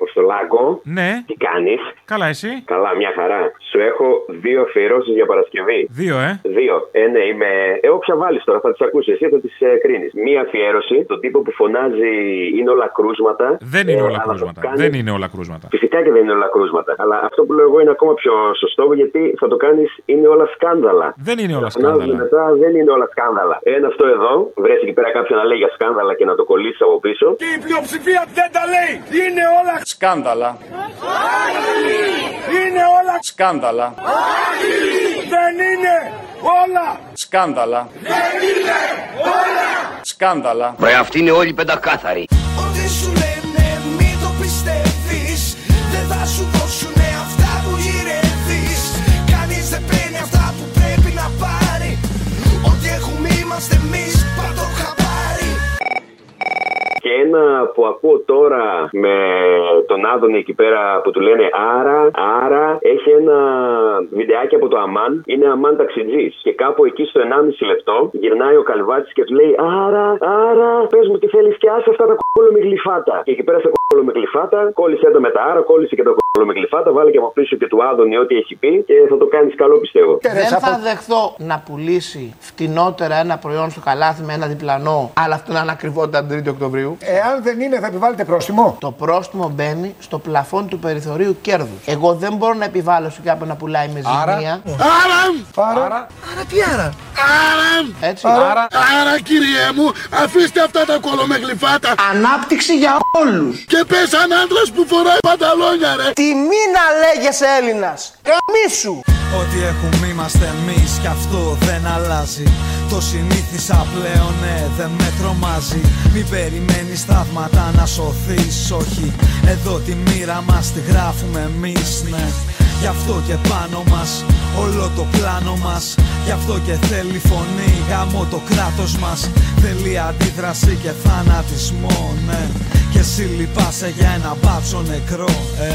Μεσολάκο. Ναι. Τι κάνεις. Καλά, εσύ. Καλά, μια χαρά. Σου έχω δύο αφιερώσεις για Παρασκευή. Δύο, ε. Δύο. Ε, ναι, είμαι. Ε, όποια βάλεις τώρα, θα τις ακούσεις. Εσύ θα τις ε, κρίνεις. Μία αφιέρωση, τον τύπο που φωνάζει είναι όλα κρούσματα. Δεν είναι Ε, όλα αλλά το κρούσματα. κάνει- Δεν είναι όλα κρούσματα. Φυσικά και δεν είναι όλα κρούσματα. Αλλά αυτό που λέω εγώ είναι ακόμα πιο σωστό, γιατί θα το κάνεις είναι όλα σκάνδαλα. Δεν είναι όλα Φωνάζουν σκάνδαλα. μετά, δεν είναι όλα σκάνδαλα. Ένα αυτό εδώ, βρέσει εκεί πέρα κάποιον να λέει για σκάνδαλα και να το κολλήσει από πίσω. Η πλειοψηφία δεν τα λέει. Είναι όλα σκάνδαλα. Είναι όλα σκάνδαλα. Δεν είναι όλα σκάνδαλα. Δεν είναι όλα σκάνδαλα. Ρε αυτοί είναι όλοι πεντακάθαροι. Ό,τι σου λένε μη το πιστεύεις Δεν θα σου δώσουνε αυτά που γυρεύεις Κανείς δεν παίρνει αυτά που πρέπει να πάρει Ό,τι έχουμε είμαστε εμείς πάντο χαμπάρι Και ένα που ακούω τώρα με τον Άδωνη εκεί πέρα που του λένε Άρα, Άρα, έχει ένα βιντεάκι από το Αμάν. Είναι Αμάν ταξιτζής. Και κάπου εκεί στο 1,5 λεπτό γυρνάει ο Καλβάτης και του λέει Άρα, Άρα, πες μου τι θέλεις και άσε αυτά τα κόλλο με γλυφάτα. Και εκεί πέρα στα κόλλο με γλυφάτα, κόλλησε το με τα Άρα, κόλλησε και το κόλλο με γλυφάτα, βάλε και από πίσω και του Άδωνη ό,τι έχει πει και θα το κάνεις καλό πιστεύω. Δεν θα δεχθώ να πουλήσει φτηνότερα ένα προϊόν στο καλάθι με ένα διπλανό, αλλά αυτό να είναι ακριβότερο από την 3η Οκτωβρίου. Εάν δεν είναι, θα επιβάλλετε πρόστιμο. Το πρόστιμο μπαίνει στο πλαφόν του περιθωρίου κέρδους. Εγώ δεν μπορώ να επιβάλλω σε κάποιον να πουλάει με ζημία. Άρα, Άρα τι άρα Έτσι. άρα, Άρα κύριε μου, αφήστε αυτά τα κολομεγλυφάτα Ανάπτυξη για όλους. και πες σαν άντρας που φοράει πανταλόνια ρε. Τιμή να λέγεσαι Έλληνας. Καμίσου. Ό,τι έχουμε είμαστε εμείς κι αυτό δεν αλλάζει Το συνήθισα πλέον, ναι, δεν με τρομάζει Μην περιμένεις θαύματα να σωθείς, όχι Εδώ τη μοίρα μας τη γράφουμε εμείς, ναι Γι' αυτό και πάνω μας, όλο το πλάνο μας Γι' αυτό και θέλει φωνή, γάμο το κράτος μας Θέλει αντίδραση και θανατισμό, ναι Και εσύ λυπάσαι για ένα μπάτσο νεκρό, ε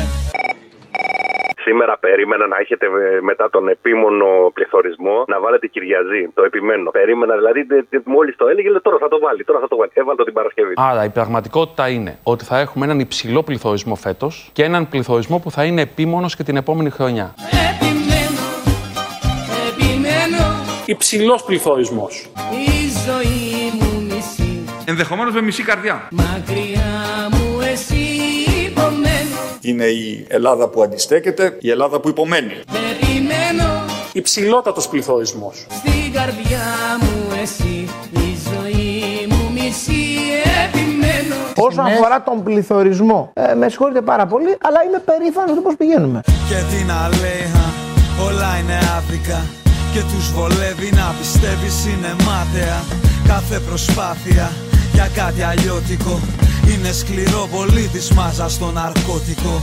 Σήμερα περίμενα να έχετε ε, μετά τον επίμονο πληθωρισμό να βάλετε Κυριαζή. Το επιμένω. Περίμενα δηλαδή, μόλις το έλεγε, λέω, τώρα θα το βάλει. Τώρα θα το βάλει. Έβαλε το την Παρασκευή. Άρα η πραγματικότητα είναι ότι θα έχουμε έναν υψηλό πληθωρισμό φέτος και έναν πληθωρισμό που θα είναι επίμονος και την επόμενη χρονιά. Επιμένω, επιμένω Υψηλός πληθωρισμός. Η ζωή μου μισή Ενδεχομένως με μισή καρδιά. Μακριά μου εσύ υπομένω Είναι η Ελλάδα που αντιστέκεται, η Ελλάδα που υπομένει. Περιμένω Υψηλότατος πληθωρισμός. στην καρδιά μου εσύ Η ζωή μου μισή επιμένω Όσον αφορά τον πληθωρισμό, ε, με συγχωρείτε πάρα πολύ, αλλά είμαι περήφανος του πώς πηγαίνουμε. Και τι να λέει, α, όλα είναι άδικα Και τους βολεύει να πιστεύεις είναι μάταια Κάθε προσπάθεια για κάτι αλλιώτικο Είναι σκληρό πολύ της μάζας στο ναρκώτικο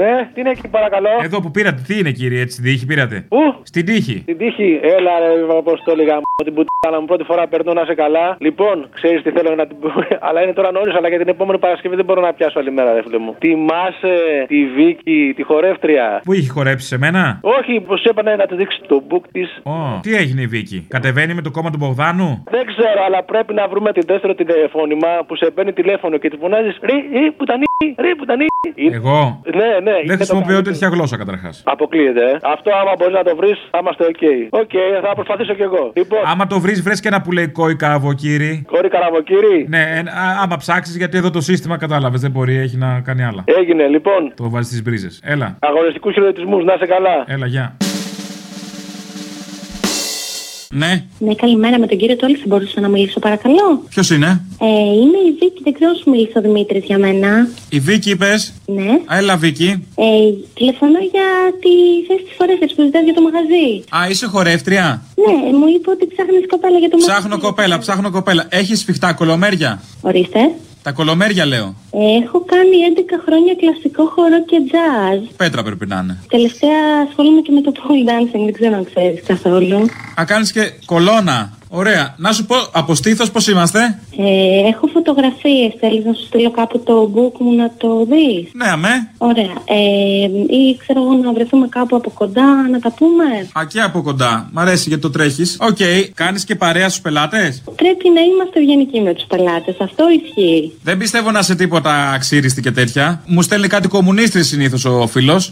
Ναι, τι είναι εκεί παρακαλώ. Εδώ που πήρατε, τι είναι κύριε, έτσι, την τύχη πήρατε. Πού? Στην τύχη. Την τύχη. Έλα, ρε, πώ το έλεγα. μ***, Την πουτάνα μου πρώτη φορά περνώ να σε καλά. Λοιπόν, ξέρεις τι θέλω να την πω. αλλά είναι τώρα νωρίς, αλλά για την επόμενη Παρασκευή δεν μπορώ να πιάσω άλλη μέρα, ρε φίλε μου. Τιμάσαι τη Βίκη, τη χορεύτρια. Πού είχε χορέψει σε μένα. Όχι, που σου έπαιρνε να τη δείξει το book της. Ω, τι έγινε η Βίκη. Κατεβαίνει με το κόμμα του Μπογδάνου. Δεν ξέρω, αλλά πρέπει να βρούμε την δεύτερο τηλεφώνημα που σε παίρνει τηλέφωνο και τη ε, φωνάζει Ρι, ρι, που τα νι, ρι, που τα νι. Εγώ. Ναι, ναι. είναι Δεν το χρησιμοποιώ καλύτερο. τέτοια γλώσσα καταρχάς. Αποκλείεται. ε. Αυτό άμα μπορείς να το βρεις, θα είμαστε οκ. Οκ, θα προσπαθήσω κι εγώ. Λοιπόν, Άμα το βρεις, βρες και ένα που λέει κόικα αβοκύρι. κόρη καραβοκύρη. Ναι, εν- α- άμα ψάξεις, γιατί εδώ το σύστημα κατάλαβες. Δεν μπορεί, έχει να κάνει άλλα. Έγινε, λοιπόν. Το βάζεις στις μπρίζες. Έλα, Αγωνιστικούς χειροτισμού, να είσαι καλά. έλα, γεια. Ναι, Ναι, καλημέρα με τον κύριο Τόλι, θα μπορούσα να μιλήσω παρακαλώ. ποιος είναι. Ε, είμαι η Βίκη, δεν ξέρω αν σου μίλησε ο Δημήτρης για μένα. Η Βίκη, είπες. Ναι. Έλα, Βίκη. Ε, τηλεφωνώ για τη θέση της φορέσεως που ζητάς για το μαγαζί. Α, είσαι χορεύτρια. Ναι, μου είπε ότι ψάχνεις κοπέλα για το μαγαζί. ψάχνω κοπέλα. Έχει σφιχτά κολομέρια. Ορίστε. Τα κολομέρια λέω. Ε, έχω κάνει 11 χρόνια κλασικό χορό και jazz. Πέτρα πρέπει να είναι. Τελευταία ασχολούμαι και με το pole dancing, δεν ξέρω αν ξέρεις καθόλου. Α, κάνεις και κολόνα. Ωραία. Να σου πω από στήθος πώς είμαστε. Ε, έχω φωτογραφίες. Θέλεις να σου στείλω κάπου το book μου να το δεις. Ναι, αμέ. Ωραία. Ε, ή ξέρω εγώ να βρεθούμε κάπου από κοντά να τα πούμε. Α, και από κοντά. Μ' αρέσει γιατί το τρέχεις. Οκ. Κάνεις και παρέα στους πελάτες. Πρέπει να είμαστε ευγενικοί με τους πελάτες. Αυτό ισχύει. Δεν πιστεύω να σε τίποτα ξύριστη και τέτοια. Μου στέλνει κάτι κομμουνίστρη συνήθως ο φίλος.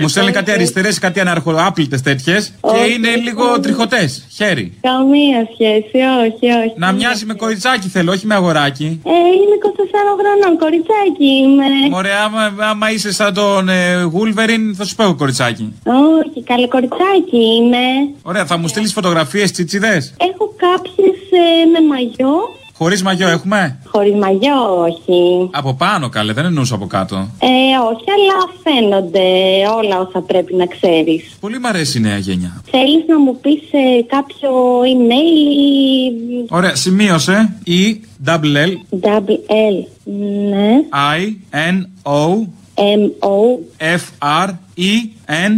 Μου στέλνει Ε, κάτι αριστερές, κάτι αναρχοάπλητε τέτοιες. Και Όχι, είναι λίγο όχι. τριχωτές. Χέρι. Καμία σχέση, όχι, όχι. Να μοιάζει με κοριτσάκι θέλω, όχι με αγοράκι. Ε, είμαι 24 χρονών, κοριτσάκι είμαι. Μωρέ, άμα, άμα είσαι σαν τον ε, Wolverine, θα σου πω εγώ κοριτσάκι. Όχι, καλό κοριτσάκι είμαι. Ωραία, Ναι. θα μου στείλεις φωτογραφίες τσιτσιδέ. Έχω κάποιες ε, με μαγιό. Χωρίς μαγιό έχουμε. Χωρίς μαγιό, όχι. Από πάνω καλέ, δεν εννοούσα από κάτω. Ε, όχι, αλλά φαίνονται όλα όσα πρέπει να ξέρεις. Πολύ μ' αρέσει η νέα γενιά. Θέλεις να μου πεις ε, κάποιο email ή... Ωραία, σημείωσε. E double L Double L, ναι. I N O M-O. F R E N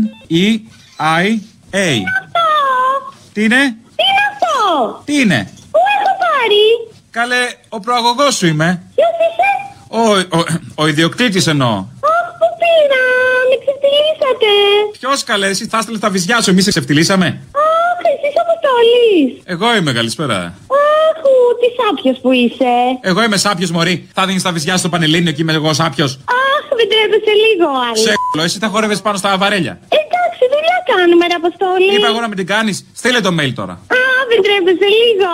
E I A. Τι είναι? Τι είναι αυτό! Τι είναι? Πού έχω πάρει! Καλέ, ο προαγωγός σου είμαι. Ποιος είσαι! Ο, ο, ο ιδιοκτήτης εννοώ. Αχ, που πήρα! Με ξεφτυλίσατε! Ποιος καλέ, εσύ θα έστειλε τα βυζιά σου, εμείς σε ξεφτυλίσαμε. Αχ, εσείς αποστολής! Εγώ είμαι, καλησπέρα. Αχ, ου, τι σάπιος που είσαι! Εγώ είμαι σάπιος μωρή. Θα δίνεις τα βυζιά στο πανελίνιο και είμαι εγώ σάπιος. Αχ, δεν τρέπεσαι λίγο, άλλη. Σε κ***λο, εσύ τα χόρευε πάνω στα βαρέλια. Εντάξει, δουλειά κάνουμε, ρε Αποστολή. Είπα εγώ να μην την κάνεις. Στείλε το mail τώρα. Α, δεν τρέπεσαι λίγο.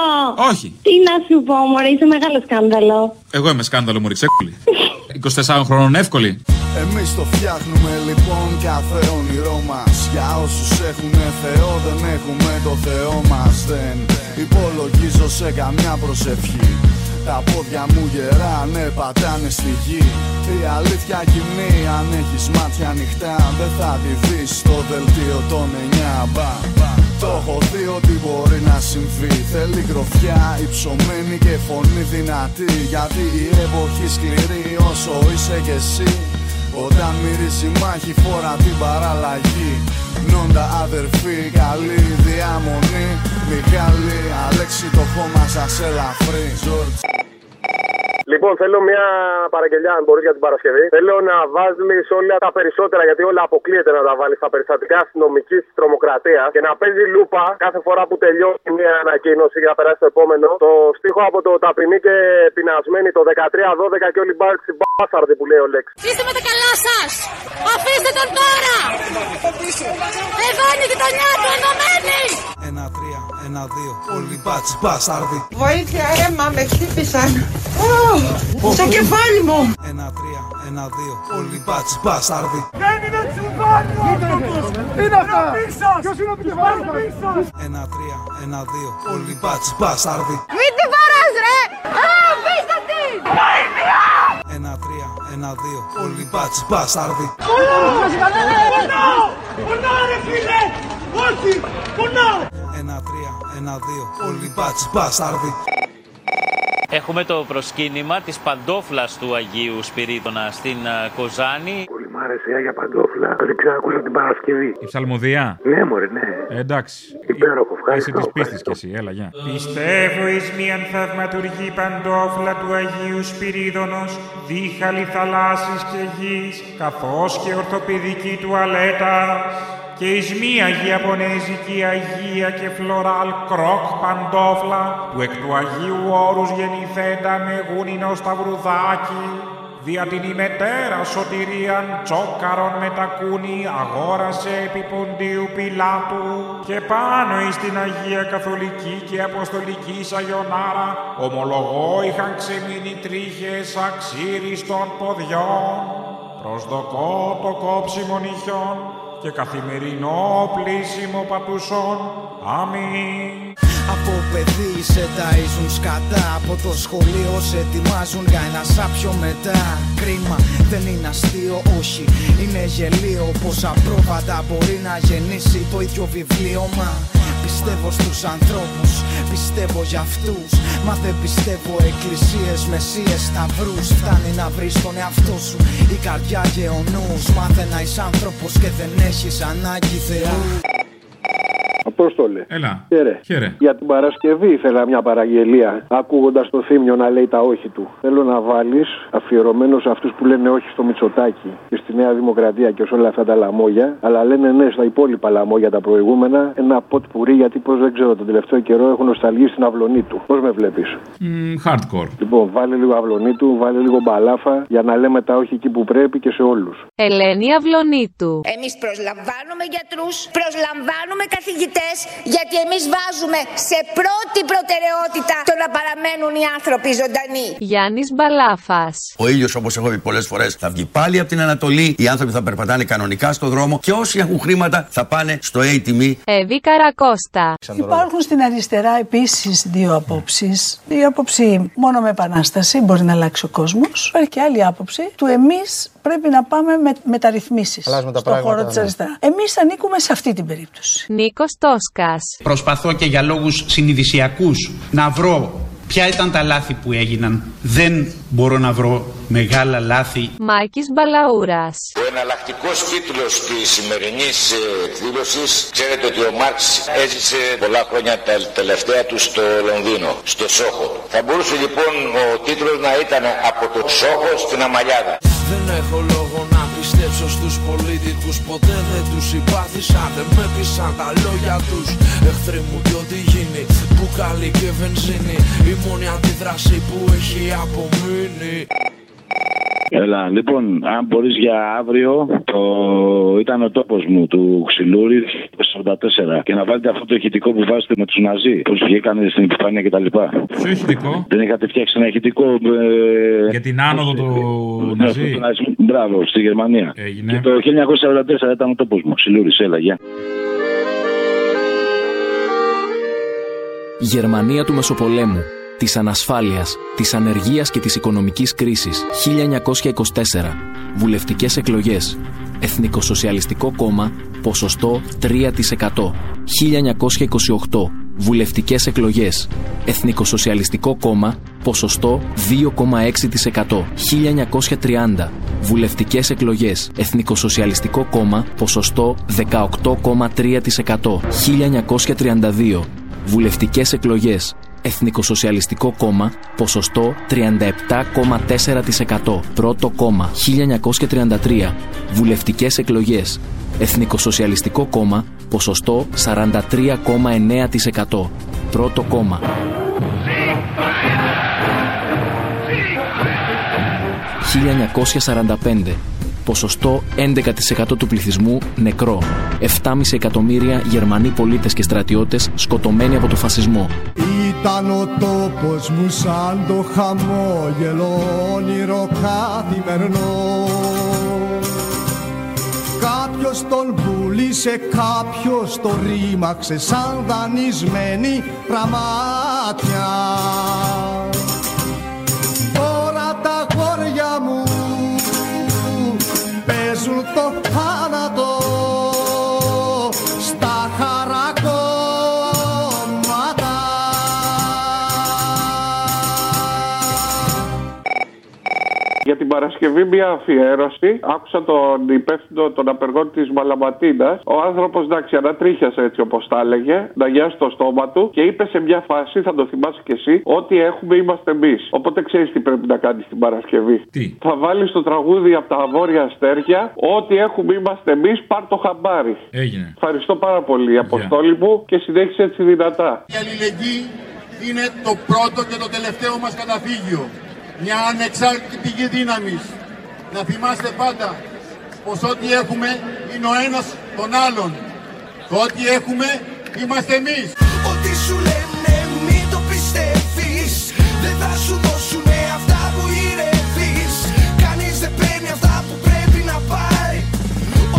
Όχι. Τι να σου πω, μωρέ, είσαι μεγάλο σκάνδαλο. Εγώ είμαι σκάνδαλο, μωρή, ξεκούλη. 24 χρόνων εύκολη. Εμείς το φτιάχνουμε λοιπόν κάθε όνειρό μας Για όσους έχουν Θεό δεν έχουμε το Θεό μας Δεν υπολογίζω σε καμιά προσευχή Τα πόδια μου γερά ναι πατάνε στη γη Η αλήθεια κοινή αν έχεις μάτια ανοιχτά Δεν θα τη δεις στο δελτίο των 9 μπα. Το έχω δει ότι μπορεί να συμβεί Θέλει γροφιά υψωμένη και φωνή δυνατή Γιατί η εποχή σκληρή όσο είσαι κι εσύ όταν μυρίζει μάχη φορά την παραλλαγή Νόντα αδερφή, καλή διαμονή Μιχάλη, Αλέξη το χώμα σας ελαφρύ George. Λοιπόν, θέλω μια παραγγελιά, αν μπορείς για την Παρασκευή. Θέλω να βάζεις όλα τα περισσότερα, γιατί όλα αποκλείεται να τα βάλεις στα περιστατικά αστυνομικής τρομοκρατίας και να παίζει λούπα κάθε φορά που τελειώνει μια ανακοίνωση για να περάσει το επόμενο. Το στίχο από το ταπεινή και πεινασμένη, το 13-12 και όλοι μπάρτσι μπάσαρδι που λέει ο Λέξ. Αφήστε με τα καλά σας! Αφήστε τον τώρα! Εδώ είναι η γειτονιά του ενωμένη! Ένα τρία, ένα δύο, όλοι μπάτσι μπάσταρδι Βοήθεια, αίμα, με χτύπησαν. Ω, στο κεφάλι μου. Ένα τρία, ένα δύο, όλοι μπάτσι μπάσταρδι Δεν είναι τσιμπάνιο! Τι είναι αυτά! Ποιος είναι ο επικεφαλής Ένα τρία, ένα δύο, όλοι μπάτσι μπάσταρδι Μην τη βαράς ρε! Α, αφήστε τη! Ένα τρία, ένα δύο, όλοι μπάτσι μπάσταρδι Πονά ρε φίλε! Όχι! Πονά! Ένα τρία, ένα δύο, όλοι μπάτσι μπάσταρδι Έχουμε το προσκύνημα της παντόφλας του Αγίου Σπυρίδωνα στην ε, Κοζάνη. Πολύ μ' άρεσε η Άγια Παντόφλα. Δεν ξανακούσα την Παρασκευή. Η ψαλμοδία. Ναι, μωρέ, ναι. Ε, εντάξει. Υπέροχο, Είσαι ευχαριστώ. της πίστης κι εσύ, έλα, γεια. Πιστεύω εις μίαν θαυματουργή παντόφλα του Αγίου Σπυρίδωνος, δίχαλη θαλάσσης και γης, καθώς και ορθοπηδική τουαλέτα, και εις μία Ιαπωνέζικη Αγία και φλωράλ κρόκ παντόφλα, που εκ του Αγίου Όρους γεννηθέντα με γούνινο σταυρουδάκι, Δια την ημετέρα σωτηρίαν τσόκαρον με τα κούνη αγόρασε επί ποντίου Πιλάτου και πάνω εις την Αγία Καθολική και Αποστολική Σαγιονάρα ομολογώ είχαν ξεμείνει τρίχες αξίριστων ποδιών προσδοκώ το κόψιμο νυχιών και καθημερινό πλήσιμο πατουσών. Αμήν. Από παιδί σε ταΐζουν σκατά Από το σχολείο σε ετοιμάζουν για ένα σάπιο μετά Κρίμα δεν είναι αστείο όχι Είναι γελίο πως απρόβατα μπορεί να γεννήσει το ίδιο βιβλίο Μα πιστεύω στους ανθρώπους Πιστεύω για αυτούς Μα δεν πιστεύω εκκλησίες, μεσίες, σταυρούς Φτάνει να βρεις τον εαυτό σου Η καρδιά και ο νους Μάθε να είσαι άνθρωπος και δεν έχεις ανάγκη Θεού Απόστολε. Έλα. Χαίρε. Χαίρε. Για την Παρασκευή ήθελα μια παραγγελία. Ακούγοντας το θύμιο να λέει τα όχι του. Θέλω να βάλεις αφιερωμένος σε αυτούς που λένε όχι στο Μητσοτάκι και στη Νέα Δημοκρατία και σε όλα αυτά τα λαμόγια. Αλλά λένε ναι στα υπόλοιπα λαμόγια τα προηγούμενα. Ένα ποτ πουρί γιατί πώς δεν ξέρω τον τελευταίο καιρό έχουν νοσταλγεί στην αυλωνή του. Πώς με βλέπεις. Μμ, hardcore. Λοιπόν, βάλε λίγο αυλωνή του, βάλε λίγο μπαλάφα για να λέμε τα όχι εκεί που πρέπει και σε όλους. Ελένη Αυλονίτου. Εμείς προσλαμβάνουμε γιατρούς, προσλαμβάνουμε καθηγητές, γιατί εμείς βάζουμε σε πρώτη προτεραιότητα το να παραμένουν οι άνθρωποι ζωντανοί. Γιάννης Μπαλάφας. Ο ήλιος, όπως έχω πει πολλές φορές, θα βγει πάλι από την Ανατολή. Οι άνθρωποι θα περπατάνε κανονικά στο δρόμο και όσοι έχουν χρήματα θα πάνε στο ATM. Εβή Καρακώστα. Υπάρχουν στην αριστερά επίσης δύο απόψεις. Η άποψη μόνο με επανάσταση μπορεί να αλλάξει ο κόσμος. Υπάρχει και άλλη άποψη του εμείς πρέπει να πάμε με μεταρρυθμίσεις Αλλάζουμε τα στον πράγματα, χώρο της ναι. αριστεράς. Εμείς ανήκουμε σε αυτή την περίπτωση. Νίκος Τόσκας. Προσπαθώ και για λόγους συνειδησιακούς να βρω ποια ήταν τα λάθη που έγιναν. Δεν μπορώ να βρω μεγάλα λάθη. Μάκης Μπαλαούρας. Ο εναλλακτικός τίτλος της σημερινής εκδήλωση, ε, ξέρετε ότι ο Μάρξ έζησε πολλά χρόνια τα τελευταία του στο Λονδίνο, στο Σόχο. Θα μπορούσε λοιπόν ο τίτλος να ήταν Από το Σόχο στην Αμαλιάδα. Δεν έχω λόγο να πιστέψω στους πολίτικους Ποτέ δεν τους συμπάθησα, δεν με πείσαν τα λόγια τους Εχθροί μου κι ό,τι γίνει, μπουκάλι και βενζίνη Η μόνη αντίδραση που έχει απομείνει Έλα, λοιπόν, αν μπορείς για αύριο, το... ήταν ο τόπος μου του Ξυλούρη το 44. Και να βάλετε αυτό το ηχητικό που βάζετε με τους Ναζί, που βγήκανε στην επιφάνεια κτλ. Ποιο ηχητικό? Δεν είχατε φτιάξει ένα ηχητικό. Ε... Για την άνοδο του ναι, Ναζί. του ναζισμού. Μπράβο, στη Γερμανία. Έγινε. Και το 1944 ήταν ο τόπος μου. Ξυλούρη, έλα, γεια. Η Γερμανία του Μεσοπολέμου, της ανασφάλειας, της ανεργίας και της οικονομικής κρίσης. 1924. Βουλευτικές εκλογές. Εθνικοσοσιαλιστικό κόμμα, ποσοστό 3%. 1928. Βουλευτικές εκλογές. Εθνικοσοσιαλιστικό κόμμα, ποσοστό 2,6%. 1930. Βουλευτικές εκλογές. Εθνικοσοσιαλιστικό κόμμα, ποσοστό 18,3%. 1932. Βουλευτικές εκλογές. Εθνικοσοσιαλιστικό κόμμα, ποσοστό 37,4%. Πρώτο κόμμα, 1933. Βουλευτικές εκλογές. Εθνικοσοσιαλιστικό κόμμα, ποσοστό 43,9%. Πρώτο κόμμα. 1945. Ποσοστό 11% του πληθυσμού νεκρό. 7,5 εκατομμύρια Γερμανοί πολίτες και στρατιώτες σκοτωμένοι από το φασισμό. Ήταν ο τόπος μου σαν το χαμόγελο όνειρο καθημερινό Κάποιος τον πουλήσε, κάποιος τον ρήμαξε σαν δανεισμένη πραμάτια Τώρα τα χώρια μου παίζουν το θάνατο στα χαρακόμματα Για την Παρασκευή μια αφιέρωση. Άκουσα τον υπεύθυνο των απεργών της Μαλαματίνας. Ο άνθρωπος, εντάξει, ανατρίχιασε έτσι όπως τα έλεγε, να γιάσει το στόμα του και είπε σε μια φάση, θα το θυμάσαι κι εσύ, Ό,τι έχουμε είμαστε εμείς. Οπότε ξέρεις τι πρέπει να κάνεις την Παρασκευή. Τι. Θα βάλεις το τραγούδι από τα βόρεια αστέρια. Ό,τι έχουμε είμαστε εμείς, πάρ το χαμπάρι. Έγινε. Ευχαριστώ πάρα πολύ, Αποστόλη μου, και συνέχισε έτσι δυνατά. Η αλληλεγγύη είναι το πρώτο και το τελευταίο μας καταφύγιο. Μια ανεξάρτητη πηγή δύναμης. Να θυμάστε πάντα πως ό,τι έχουμε είναι ο ένας τον άλλον. Το ό,τι έχουμε είμαστε εμείς. Ό,τι σου λένε μην το πιστεύεις Δεν θα σου δώσουνε αυτά που ηρεύεις Κανείς δεν παίρνει αυτά που πρέπει να πάρει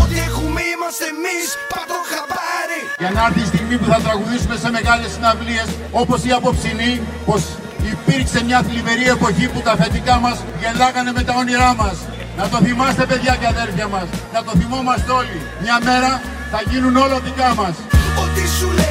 Ό,τι έχουμε είμαστε εμείς Πατώ χαμπάρι Για να έρθει η στιγμή που θα τραγουδήσουμε σε μεγάλες συναυλίες όπως η απόψινή πως υπήρξε μια θλιβερή εποχή που τα αφεντικά μας γελάγανε με τα όνειρά μας. Να το θυμάστε παιδιά και αδέρφια μας. Να το θυμόμαστε όλοι. Μια μέρα θα γίνουν όλα δικά μας. Ό,τι σου λένε